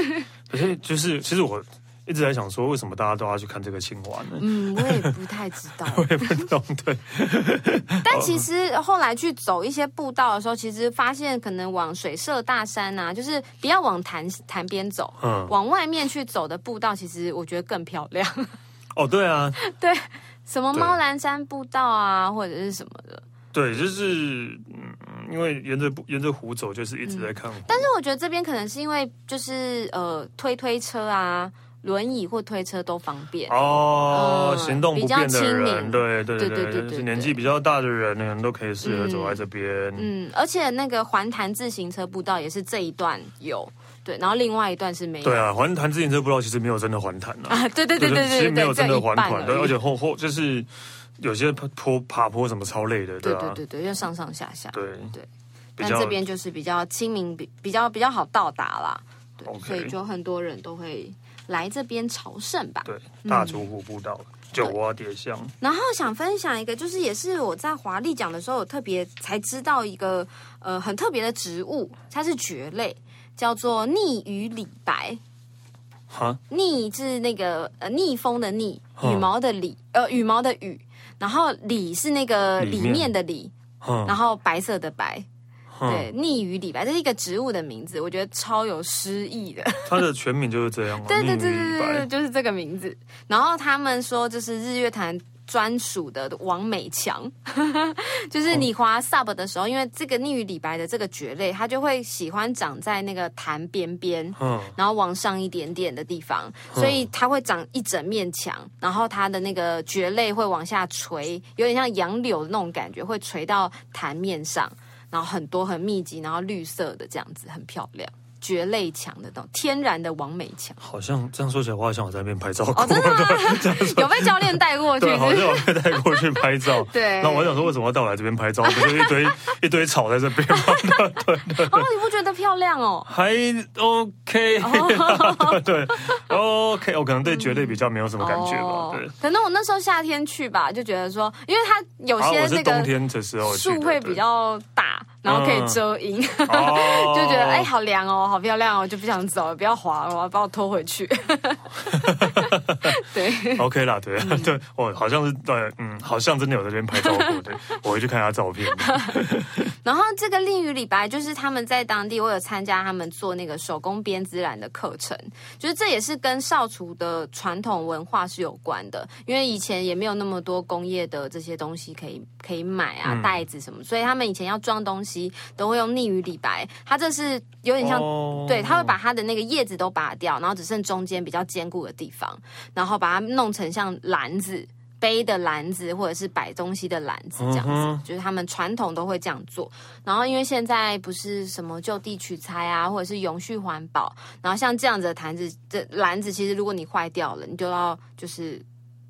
[SPEAKER 1] 可是就是其实我一直在想说，为什么大家都要去看这个青蛙 呢？
[SPEAKER 2] 嗯，我也不太知 道。欸
[SPEAKER 1] 我也不懂，对，嗯
[SPEAKER 2] 但其实后来去走一些步道的时候，其实发现可能往水社大山啊，就是不要往潭潭边走，
[SPEAKER 1] 嗯，
[SPEAKER 2] 往外面去走的步道，其实我觉得更漂亮。
[SPEAKER 1] 哦，对啊，
[SPEAKER 2] 什么
[SPEAKER 1] 对
[SPEAKER 2] 猫栏山步道啊，或者是什么的。
[SPEAKER 1] 对，就是嗯，因为沿着不沿着湖走，就是一直在看湖。
[SPEAKER 2] 但是我觉得这边可能是因为就是呃推推车啊。轮椅或推车都方便。
[SPEAKER 1] 哦，
[SPEAKER 2] 嗯
[SPEAKER 1] 行动不便的人，
[SPEAKER 2] 比较亲民
[SPEAKER 1] 对对对
[SPEAKER 2] 对对对对
[SPEAKER 1] 就是
[SPEAKER 2] 对
[SPEAKER 1] 年纪比较大的人呢，都可以适合
[SPEAKER 2] 嗯
[SPEAKER 1] 走在这边。
[SPEAKER 2] 嗯，而且那个环潭自行车步道也是这一段有，对，然后另外一段是没有。
[SPEAKER 1] 对啊，环潭自行车步道其实没有真的环潭啊，
[SPEAKER 2] 啊，对对对对
[SPEAKER 1] 其实
[SPEAKER 2] 对
[SPEAKER 1] 没有
[SPEAKER 2] 对，
[SPEAKER 1] 真
[SPEAKER 2] 这
[SPEAKER 1] 的
[SPEAKER 2] 一
[SPEAKER 1] 环
[SPEAKER 2] 半
[SPEAKER 1] 团，对，而
[SPEAKER 2] 而已
[SPEAKER 1] 且后后就是有些坡爬坡什么超累的，
[SPEAKER 2] 对
[SPEAKER 1] 啊，
[SPEAKER 2] 对对对，就上上下下。
[SPEAKER 1] 对
[SPEAKER 2] 对，
[SPEAKER 1] 比
[SPEAKER 2] 但
[SPEAKER 1] 较
[SPEAKER 2] 这边就是比较亲民，比比较比较好到达啦。对
[SPEAKER 1] OK
[SPEAKER 2] 所以就很多人都会来这边朝圣吧。
[SPEAKER 1] 对大竹湖步道、啊九蛙叠巷，
[SPEAKER 2] 然后想分享一个，就是也是我在华丽讲的时候，我特别才知道一个呃很特别的植物，它是蕨类，叫做逆羽李白。
[SPEAKER 1] 哈，
[SPEAKER 2] 逆是那个呃逆风的逆，
[SPEAKER 1] 嗯
[SPEAKER 2] 羽毛的李，呃羽毛的羽，然后李是那个
[SPEAKER 1] 里
[SPEAKER 2] 里
[SPEAKER 1] 面
[SPEAKER 2] 面的里，然
[SPEAKER 1] 嗯，
[SPEAKER 2] 后白色的白，
[SPEAKER 1] 嗯
[SPEAKER 2] 对，逆羽李白，这是一个植物的名字，我觉得超有诗意的。
[SPEAKER 1] 它的全名就是这样啊，
[SPEAKER 2] 对对
[SPEAKER 1] 逆
[SPEAKER 2] 对
[SPEAKER 1] 于
[SPEAKER 2] 对
[SPEAKER 1] 李
[SPEAKER 2] 对
[SPEAKER 1] 白
[SPEAKER 2] 对，就是这个名字。然后他们说，就是日月潭专属的王美强， 就是你滑 sub 的时候，因为这个逆于李白的这个蕨类，它就会喜欢长在那个潭边边。
[SPEAKER 1] 嗯，
[SPEAKER 2] 然后往上一点点的地方，
[SPEAKER 1] 嗯
[SPEAKER 2] 所以它会长一整面墙，然后它的那个蕨类会往下垂，有点像杨柳的那种感觉，会垂到潭面上，然后很多很密集，然后绿色的这样子，很漂亮。蕨类墙的那种天然的王美墙，
[SPEAKER 1] 好像这样说起来，我好像我在那边拍照过
[SPEAKER 2] 哦，， 真的吗？有被教练带 过去
[SPEAKER 1] 对，
[SPEAKER 2] 是不
[SPEAKER 1] 好
[SPEAKER 2] 是？
[SPEAKER 1] 像我被带过去拍照。
[SPEAKER 2] 对
[SPEAKER 1] 那我还想说，为什么要到我来这边拍照？不就一 堆一堆草在这边吗？
[SPEAKER 2] 哦，你不觉得漂亮哦？
[SPEAKER 1] 还 OK，对 对 OK，我可能对蕨类比较没有什么感觉吧。
[SPEAKER 2] 哦
[SPEAKER 1] 对，，
[SPEAKER 2] 可能我那时候夏天去吧，就觉得说，因为它有
[SPEAKER 1] 啊，
[SPEAKER 2] 些
[SPEAKER 1] 我是
[SPEAKER 2] 那
[SPEAKER 1] 冬
[SPEAKER 2] 个
[SPEAKER 1] 天的时候去的
[SPEAKER 2] 树会比，较大，然后可以遮阴，
[SPEAKER 1] 对哦
[SPEAKER 2] 就觉得哎、好凉哦，好漂亮哦，就不想走了，不要滑了，把我拖回去。 对，
[SPEAKER 1] OK 啦，对、
[SPEAKER 2] 嗯
[SPEAKER 1] 对，我好像是对，嗯，好像真的有在这边拍照过， 对，我回去看一下照片。
[SPEAKER 2] 然后这个令与李白就是他们在当地，我有参加他们做那个手工编织染的课程，就是这也是跟少厨的传统文化是有关的，因为以前也没有那么多工业的这些东西可以可以买啊，袋子什么，所以他们以前要装东西都会用逆于李白，它这是有点像
[SPEAKER 1] 哦
[SPEAKER 2] 对，它会把它的那个叶子都拔掉，然后只剩中间比较坚固的地方，然后把它弄成像篮子。背的篮子或者是摆东西的篮子这样子，
[SPEAKER 1] 嗯
[SPEAKER 2] 就是他们传统都会这样做。然后因为现在不是什么就地取材啊，或者是永续环保，然后像这样子的坛子，这篮子其实如果你坏掉了，你就要就是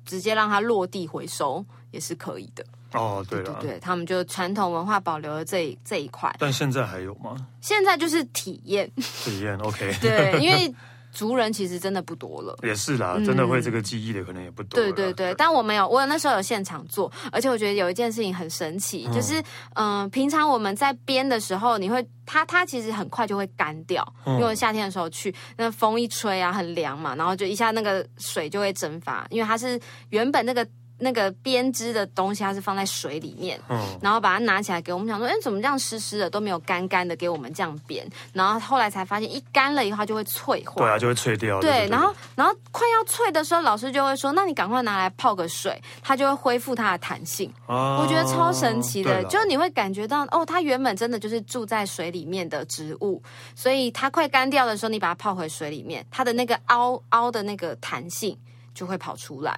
[SPEAKER 2] 直接让它落地回收也是可以的。
[SPEAKER 1] 哦，对
[SPEAKER 2] 对
[SPEAKER 1] 了，
[SPEAKER 2] 对，他们就传统文化保留了这一这一块，
[SPEAKER 1] 但现在还有吗？
[SPEAKER 2] 现在就是体验。
[SPEAKER 1] 体验 OK，
[SPEAKER 2] 对，因为族人其实真的不多了。
[SPEAKER 1] 也是啦，真的会这个记忆的可能也不多啦。
[SPEAKER 2] 嗯对对对，但我没有，我有那时候有现场做，而且我觉得有一件事情很神奇，就是嗯、呃平常我们在编的时候，你会它它其实很快就会干掉，因为我夏天的时候去，那风一吹啊，很凉嘛，然后就一下那个水就会蒸发，因为它是原本那个那个编织的东西，它是放在水里面，
[SPEAKER 1] 嗯，
[SPEAKER 2] 然后把它拿起来给我们，想说，哎，怎么这样湿湿的都没有干干的给我们这样编，然后后来才发现一干了以后它就会脆化，
[SPEAKER 1] 对啊，就会脆掉。
[SPEAKER 2] 对，然后然后快要脆的时候，老师就会说：“那你赶快拿来泡个水，它就会恢复它的弹性。
[SPEAKER 1] 我
[SPEAKER 2] 我觉得超神奇的，就
[SPEAKER 1] 你
[SPEAKER 2] 你会感觉到哦，它原本真的就是住在水里面的植物，所以它快干掉的时候，你把它泡回水里面，它的那个凹凹的那个弹性就会跑出来，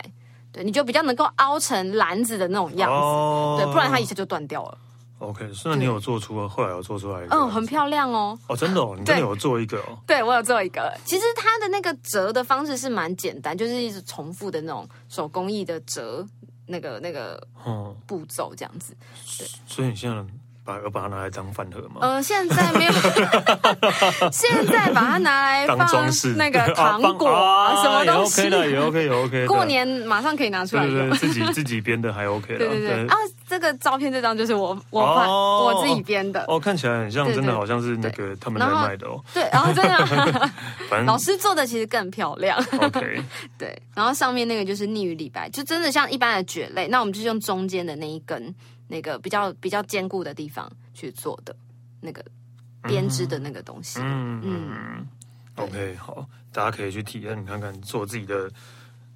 [SPEAKER 2] 对，你就比较能够凹成篮子的那种样子，
[SPEAKER 1] 哦
[SPEAKER 2] 对，不然它一下就断掉了。
[SPEAKER 1] OK，所以你有做出，后来有做出来一个，
[SPEAKER 2] 嗯，很漂亮哦。
[SPEAKER 1] 哦，真的哦，你真的有做一个哦，
[SPEAKER 2] 对，我有做一个。其实它的那个折的方式是蛮简单，就是一直重复的那种手工艺的折那个那个
[SPEAKER 1] 嗯，
[SPEAKER 2] 步骤这样子。
[SPEAKER 1] 所以你现在把把它拿来当饭盒吗？
[SPEAKER 2] 呃，现在没有， 现在把它拿来
[SPEAKER 1] 当
[SPEAKER 2] 放
[SPEAKER 1] 装饰
[SPEAKER 2] 那个糖果
[SPEAKER 1] 啊
[SPEAKER 2] 啊，
[SPEAKER 1] 放
[SPEAKER 2] 什么东
[SPEAKER 1] 也
[SPEAKER 2] 西。
[SPEAKER 1] OK 的，也 OK，也 OK 的。
[SPEAKER 2] 过年马上可以拿出来
[SPEAKER 1] 对
[SPEAKER 2] 用。
[SPEAKER 1] 对对，自己自己编的还 OK 的，
[SPEAKER 2] 对对对啊，这个照片这张就是我我拍、
[SPEAKER 1] 哦
[SPEAKER 2] 我自己编的。
[SPEAKER 1] 哦，看起来很像，
[SPEAKER 2] 对对
[SPEAKER 1] 真的好像是那个他们在
[SPEAKER 2] 然后
[SPEAKER 1] 卖的哦。
[SPEAKER 2] 对，然后真的啊
[SPEAKER 1] 反正
[SPEAKER 2] 老师做的其实更漂亮。
[SPEAKER 1] OK，
[SPEAKER 2] 对，然后上面那个就是逆于李白，就真的像一般的蕨类，那我们就是用中间的那一根那个比较比较坚固的地方去做的那个编织的那个东西。
[SPEAKER 1] 嗯嗯，OK，好，大家可以去体验看看，做自己的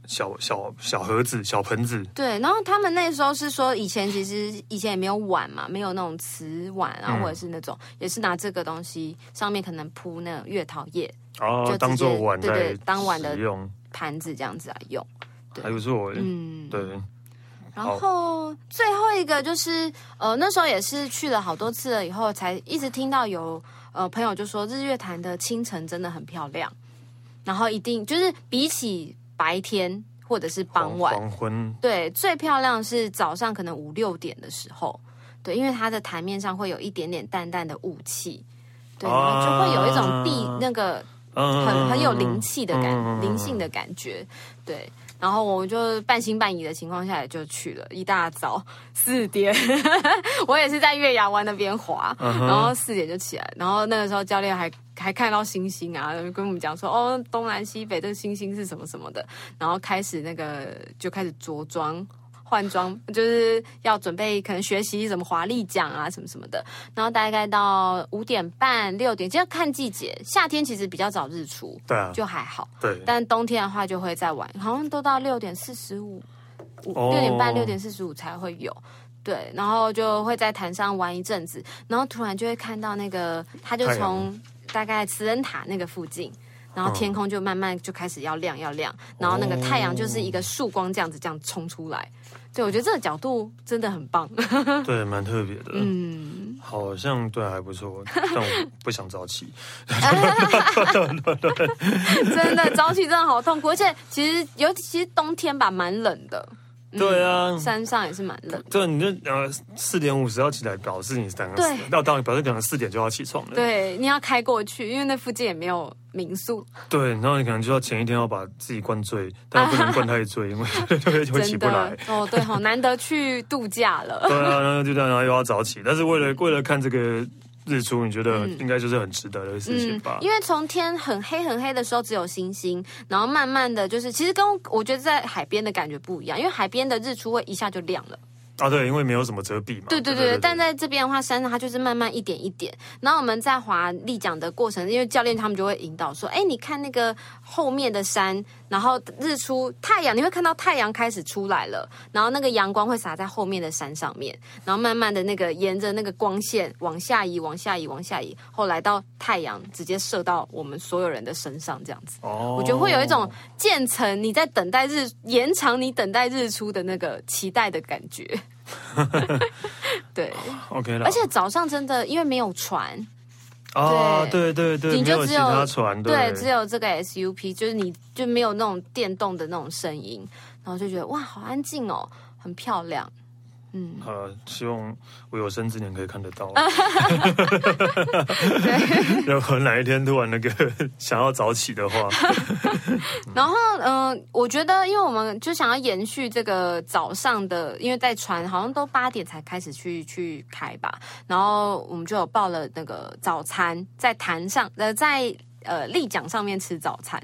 [SPEAKER 1] 小小小盒子、小盆子，
[SPEAKER 2] 对，然后他们那时候是说，以前其实以前也没有碗嘛，没有那种瓷碗啊，
[SPEAKER 1] 嗯
[SPEAKER 2] 或者是那种，也是拿这个东西上面可能铺那种月桃叶，
[SPEAKER 1] 然后
[SPEAKER 2] 就直接
[SPEAKER 1] 哦当做碗
[SPEAKER 2] 对
[SPEAKER 1] 在
[SPEAKER 2] 对当碗的
[SPEAKER 1] 使用。
[SPEAKER 2] 盘子这样子来啊用。对
[SPEAKER 1] 还有是我，
[SPEAKER 2] 嗯，
[SPEAKER 1] 对，
[SPEAKER 2] 然后最后一个就是，呃，那时候也是去了好多次了，以后才一直听到有呃朋友就说日月潭的清晨真的很漂亮，然后一定就是比起白天或者是
[SPEAKER 1] 黄
[SPEAKER 2] 傍晚，
[SPEAKER 1] 黄昏，
[SPEAKER 2] 对，最漂亮是早上可能五六点的时候，对，因为它的台面上会有一点点淡淡的雾气，对，然后就会有一种地、
[SPEAKER 1] 啊
[SPEAKER 2] 那个
[SPEAKER 1] 嗯
[SPEAKER 2] 很很有灵气的感、
[SPEAKER 1] 嗯
[SPEAKER 2] 灵性的感觉，对。然后我就半信半疑的情况下也就去了，一大早四点， 我也是在月牙湾那边滑，
[SPEAKER 1] 嗯
[SPEAKER 2] 然后四点就起来，然后那个时候教练还还看到星星啊，跟我们讲说哦，东南西北这个星星是什么什么的，然后开始那个就开始着装。换装就是要准备，可能学习什么华丽奖啊，什么什么的。然后大概到五点半、六点，就要看季节。夏天其实比较早日出，
[SPEAKER 1] 对啊，
[SPEAKER 2] 就还好。
[SPEAKER 1] 对，
[SPEAKER 2] 但冬天的话就会再晚，好像都到六点四十五、五
[SPEAKER 1] 哦
[SPEAKER 2] 六点半、六点四十五才会有。对，然后就会在潭上玩一阵子，然后突然就会看到那个，他就
[SPEAKER 1] 太阳
[SPEAKER 2] 从大概慈恩塔那个附近，然后天空就慢慢就开始要亮要亮，然后那个太阳就是一个束光这样子这样冲出来。对，我觉得这个角度真的很棒。
[SPEAKER 1] 对，蛮特别的，
[SPEAKER 2] 嗯，
[SPEAKER 1] 好像对啊还不 错，但我不想早起。
[SPEAKER 2] 真的早起真的好痛苦，而且其实尤其是冬天吧，蛮冷的。嗯
[SPEAKER 1] 对啊
[SPEAKER 2] 山上也是蛮冷的。
[SPEAKER 1] 对，你就呃四点五十要起来，表示你等个
[SPEAKER 2] 对
[SPEAKER 1] 要到表示可能四点就要起床了。
[SPEAKER 2] 对，你要开过去，因为那附近也没有民宿，
[SPEAKER 1] 对，然后你可能就要前一天要把自己灌醉，但又不能灌太醉，因为 会会起
[SPEAKER 2] 真
[SPEAKER 1] 不来
[SPEAKER 2] 的。哦，对，好难得去度假了。
[SPEAKER 1] 对啊，然后就这样，然后又要早起，但是为了为了看这个日出，你觉得
[SPEAKER 2] 嗯
[SPEAKER 1] 应该 就是很值得的事情吧？
[SPEAKER 2] 因为从天很黑很黑的时候只有星星，然后慢慢的就是，其实跟我觉得在海边的感觉不一样，因为海边的日出会一下就亮了。
[SPEAKER 1] 啊，对，因为没有什么遮蔽嘛。
[SPEAKER 2] 对对对但在这边的话，山上它就是慢慢一点一点。然后我们在滑立桨的过程，因为教练他们就会引导说：“哎，你看那个后面的山，然后日出太阳，你会看到太阳开始出来了，然后那个阳光会洒在后面的山上面，然后慢慢的那个沿着那个光线往下移，往下移，往下移，后来到太阳直接射到我们所有人的身上，这样子。”
[SPEAKER 1] 哦
[SPEAKER 2] 我觉得会有一种渐层，你在等待日延长你等待日出的那个期待的感觉。对，
[SPEAKER 1] OK 了，
[SPEAKER 2] 而且早上真的因为没有船，
[SPEAKER 1] 啊，
[SPEAKER 2] 对
[SPEAKER 1] 对对对，
[SPEAKER 2] 你
[SPEAKER 1] 没
[SPEAKER 2] 就
[SPEAKER 1] 有
[SPEAKER 2] 只
[SPEAKER 1] 其
[SPEAKER 2] 有
[SPEAKER 1] 他船，
[SPEAKER 2] 对，只有这个 SUP，就是你就没有那种电动的那种声音，然后就觉得哇，好安静哦，很漂亮。嗯，
[SPEAKER 1] 呃，希望我有生之年可以看得 到。如果哪一天突然那个 想要早起的话，
[SPEAKER 2] 然后嗯、呃我觉得因为我们就想要延续这个早上的，因为在船好像都八点才开始去去开吧，然后我们就有报了那个早餐，在坛上呃在呃立桨上面吃早餐，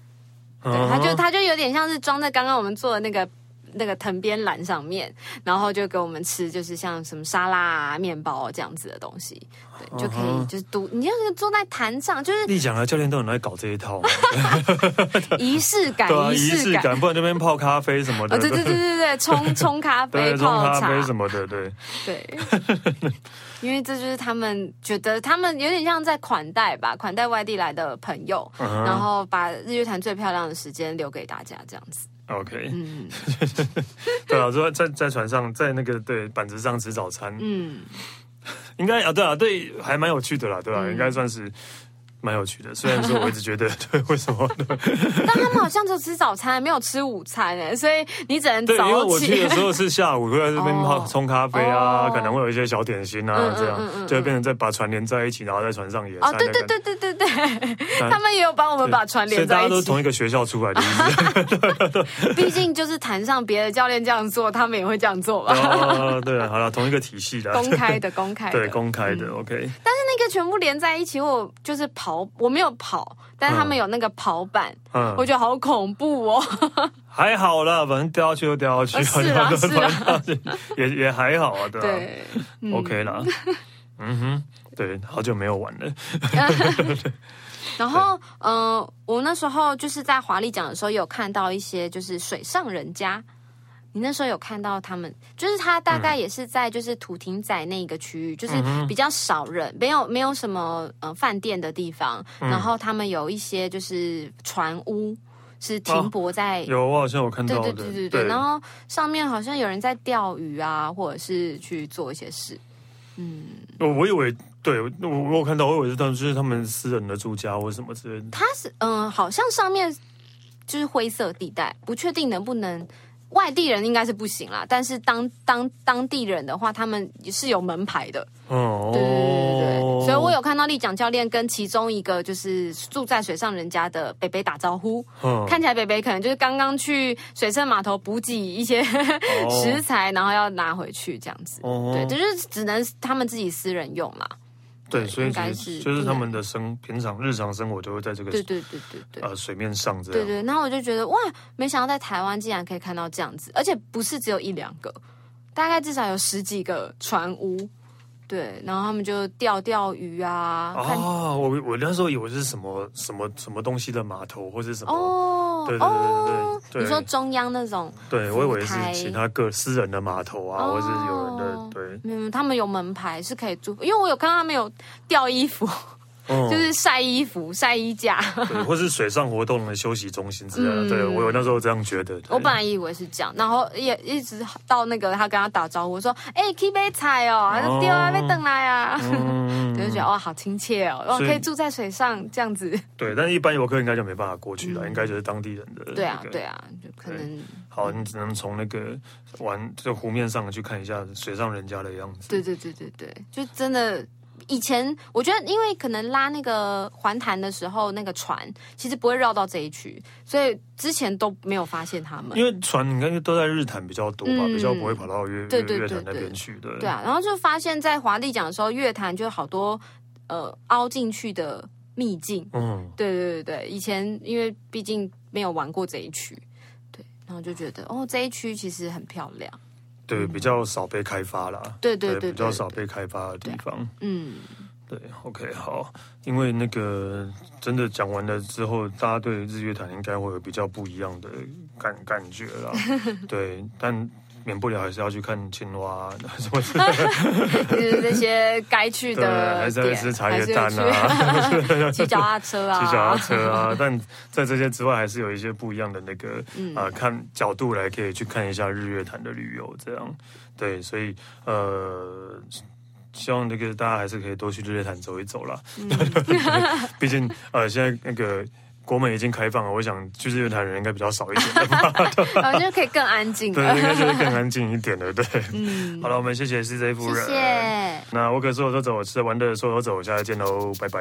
[SPEAKER 1] 嗯
[SPEAKER 2] 对，它就它就有点像是装在刚刚我们做的那个那个藤编篮上面，然后就给我们吃，就是像什么沙拉啊、面包这样子的东西，对，就可
[SPEAKER 1] 嗯
[SPEAKER 2] 以就是独，你就是坐在坛上，就是
[SPEAKER 1] 丽讲啊，教练都很爱搞这一套，
[SPEAKER 2] 仪式感
[SPEAKER 1] 对，啊，
[SPEAKER 2] 仪
[SPEAKER 1] 仪式
[SPEAKER 2] 感。
[SPEAKER 1] 感，不然这边泡咖啡什么
[SPEAKER 2] 哦，
[SPEAKER 1] 的，
[SPEAKER 2] 对对对对对，冲冲咖啡、
[SPEAKER 1] 对，冲
[SPEAKER 2] 泡
[SPEAKER 1] 咖
[SPEAKER 2] 茶，
[SPEAKER 1] 啡什么的，对，
[SPEAKER 2] 对， 因为这就是他们觉得他们有点像在款待吧，款待外地来的朋友，
[SPEAKER 1] 嗯哼
[SPEAKER 2] 然后把日月潭最漂亮的时间留给大家，这样子。
[SPEAKER 1] OK，
[SPEAKER 2] 嗯
[SPEAKER 1] 对啊，说在在船上，在那个对板子上吃早餐，
[SPEAKER 2] 嗯，
[SPEAKER 1] 应该啊，对啊，对，还蛮有趣的啦，对吧、
[SPEAKER 2] 嗯
[SPEAKER 1] 应该算是蛮有趣的。虽然说我一直觉得， 对，为什么？
[SPEAKER 2] 但他们好像就吃早餐，没有吃午餐哎，所以你只能
[SPEAKER 1] 对，因为
[SPEAKER 2] 早
[SPEAKER 1] 我去
[SPEAKER 2] 起
[SPEAKER 1] 的。时候是下午，会在这边泡
[SPEAKER 2] 哦
[SPEAKER 1] 冲咖啡啊，
[SPEAKER 2] 哦
[SPEAKER 1] 可能会有一些小点心啊，
[SPEAKER 2] 嗯嗯
[SPEAKER 1] 这样、
[SPEAKER 2] 嗯嗯嗯
[SPEAKER 1] 就会变成再把船连在一起，然后在船上野餐、
[SPEAKER 2] 哦
[SPEAKER 1] 那，个
[SPEAKER 2] 对对对对对对，
[SPEAKER 1] 当然
[SPEAKER 2] 他们也有帮我们把船
[SPEAKER 1] 所以
[SPEAKER 2] 连
[SPEAKER 1] 大
[SPEAKER 2] 在
[SPEAKER 1] 家都
[SPEAKER 2] 一
[SPEAKER 1] 是
[SPEAKER 2] 起。
[SPEAKER 1] 同一个学校出来的，意思。
[SPEAKER 2] 毕竟就是谈上别的教练这样做，他们也会这样做 吧？
[SPEAKER 1] 哦，对啊，好了，同一个体系的，
[SPEAKER 2] 公开的，嗯公开 的，
[SPEAKER 1] 对，公开的、o k
[SPEAKER 2] 那个全部连在一起，我就是跑，我没有跑，但是他们有那个跑板，
[SPEAKER 1] 嗯
[SPEAKER 2] 我，觉得好恐怖哦。
[SPEAKER 1] 还好啦，反正掉下去就掉下去，
[SPEAKER 2] 呃是啊
[SPEAKER 1] 反正掉下去 也也还好啊，对吧、
[SPEAKER 2] 对，嗯
[SPEAKER 1] OK 啦，嗯哼，对，好久没有玩了，
[SPEAKER 2] 然后，嗯、我那时候就是在华丽奖的时候，有看到一些就是水上人家。你那时候有看到他们，就是他大概也是在就是土亭仔那一个区域，
[SPEAKER 1] 嗯
[SPEAKER 2] 就是比较少人，没有没有
[SPEAKER 1] 嗯
[SPEAKER 2] 什么呃饭店的地方，然后他们有一些就是船屋，
[SPEAKER 1] 哦
[SPEAKER 2] 是停泊在。
[SPEAKER 1] 有我好像有看
[SPEAKER 2] 对
[SPEAKER 1] 到
[SPEAKER 2] 对
[SPEAKER 1] 的，
[SPEAKER 2] 对对对，然后上面好像有人在钓鱼啊，或者是去做一些事。嗯，
[SPEAKER 1] 我我以为对我我有看到，我以为是他们就是他们私人的住家或什么之类的。
[SPEAKER 2] 它是嗯、好像上面就是灰色地带，不确定能不能。外地人应该是不行啦，但是当当当地人的话，他们是有门牌的，
[SPEAKER 1] 哦，
[SPEAKER 2] 对对对对对，所以我有看到立奖教练跟其中一个就是住在水上人家的北北打招呼，
[SPEAKER 1] 嗯
[SPEAKER 2] 看起来北北可能就是刚刚去水上码头补给一些
[SPEAKER 1] 哦
[SPEAKER 2] 食材，然后要拿回去这样子。
[SPEAKER 1] 哦
[SPEAKER 2] 对，这就是只能他们自己私人用啦。
[SPEAKER 1] 对，所以
[SPEAKER 2] 应该
[SPEAKER 1] 就是是就是他们的生平常日常生活就会在这个
[SPEAKER 2] 对对对对对。
[SPEAKER 1] 呃水面上这
[SPEAKER 2] 对
[SPEAKER 1] 样。
[SPEAKER 2] 对，然后我就觉得哇，没想到在台湾竟然可以看到这样子，而且不是只有一两个，大概至少有十几个船屋。对，然后他们就钓钓鱼啊，看
[SPEAKER 1] 啊，我我那时候以为是什么什么什么东西的码头或是什么，
[SPEAKER 2] 哦，
[SPEAKER 1] 对对对
[SPEAKER 2] 哦，
[SPEAKER 1] 对对对
[SPEAKER 2] 你说中央那种，
[SPEAKER 1] 对我以为是
[SPEAKER 2] 浮台
[SPEAKER 1] 其他个私人的码头啊，
[SPEAKER 2] 哦
[SPEAKER 1] 或是有人的 对，
[SPEAKER 2] 嗯，他们有门牌是可以租，因为我有看到他们有吊衣服，
[SPEAKER 1] 嗯
[SPEAKER 2] 就是晒衣服、晒衣架。
[SPEAKER 1] 对，或是水上活动的休息中心之类的。
[SPEAKER 2] 嗯
[SPEAKER 1] 对我有那时候这样觉得。对
[SPEAKER 2] 我本来以为是这样，然后也一直到那个他跟他打招呼说：“哎、去买菜哦，还是
[SPEAKER 1] 哦
[SPEAKER 2] 丢啊，被等来啊。
[SPEAKER 1] 嗯
[SPEAKER 2] 就觉得哇，好亲切哦，哇，
[SPEAKER 1] 所以
[SPEAKER 2] 可以住在水上这样子。
[SPEAKER 1] 对，但是一般游客应该就没办法过去了，应该就是当地人的。
[SPEAKER 2] 嗯对啊，对。啊，就可能
[SPEAKER 1] 好，你只能从那个玩这湖面上去看一下水上人家的样子。
[SPEAKER 2] 对对对对对，就真的。以前我觉得，因为可能拉那个环潭的时候，那个船其实不会绕到这一区，所以之前都没有发现他们。
[SPEAKER 1] 因为船应该都在日坛比较多吧，
[SPEAKER 2] 嗯
[SPEAKER 1] 比较不会跑到月
[SPEAKER 2] 对对
[SPEAKER 1] 月月
[SPEAKER 2] 对
[SPEAKER 1] 坛那
[SPEAKER 2] 对
[SPEAKER 1] 边去的。
[SPEAKER 2] 对啊，然后就发现，在华丽奖的时候，乐坛就好多呃凹进去的秘境。
[SPEAKER 1] 嗯，
[SPEAKER 2] 对对对对，以前因为毕竟没有玩过这一区，对，然后就觉得哦这一区其实很漂亮。
[SPEAKER 1] 对，比较少被开发啦。
[SPEAKER 2] 嗯对对对对
[SPEAKER 1] 比较少被开发的地方。
[SPEAKER 2] 嗯，
[SPEAKER 1] 对，OK，好，因为那个真的讲完了之后，大家对日月潭应该会有比较不一样的感感觉 啦。对，但免不了还是要去看青蛙啊什么之类的，
[SPEAKER 2] 就是这些该去
[SPEAKER 1] 对，
[SPEAKER 2] 的
[SPEAKER 1] 还是要
[SPEAKER 2] 点，
[SPEAKER 1] 吃茶叶
[SPEAKER 2] 会
[SPEAKER 1] 蛋啊，
[SPEAKER 2] 去 骑脚踏车啊，嗯
[SPEAKER 1] 骑脚踏车啊。但在这些之外，还是有一些不一样的那个啊、看角度来可以去看一下日月潭的旅游，这样对，所以呃。希望那个大家还是可以多去日月潭走一走啦，
[SPEAKER 2] 嗯
[SPEAKER 1] 毕竟呃现在那个国门已经开放了，我想去日月潭的人应该比较少一点，
[SPEAKER 2] 然后就可以更安静
[SPEAKER 1] 对，
[SPEAKER 2] 了。
[SPEAKER 1] 应该就是更安静一点的，对。好了，我们谢谢 CJ 夫
[SPEAKER 2] 嗯谢
[SPEAKER 1] 人，
[SPEAKER 2] 谢。
[SPEAKER 1] 那我可说走就走，吃的玩的说走就走，下次见喽，拜拜。